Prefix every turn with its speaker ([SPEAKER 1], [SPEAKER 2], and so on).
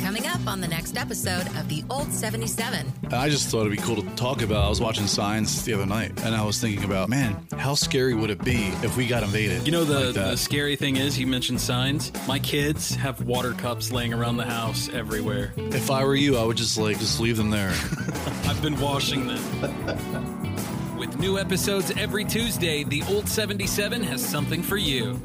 [SPEAKER 1] Coming up on the next episode of The Old 77.
[SPEAKER 2] I just thought it'd be cool to talk about. I was watching Signs the other night, and I was thinking about, man, how scary would it be if we got invaded?
[SPEAKER 3] You know the,
[SPEAKER 2] like that?
[SPEAKER 3] the scary thing is you mentioned signs. My kids have water cups laying around the house everywhere.
[SPEAKER 2] if I were you, I would just like just leave them there.
[SPEAKER 3] I've been washing them. With new episodes every Tuesday, the Old 77 has something for you.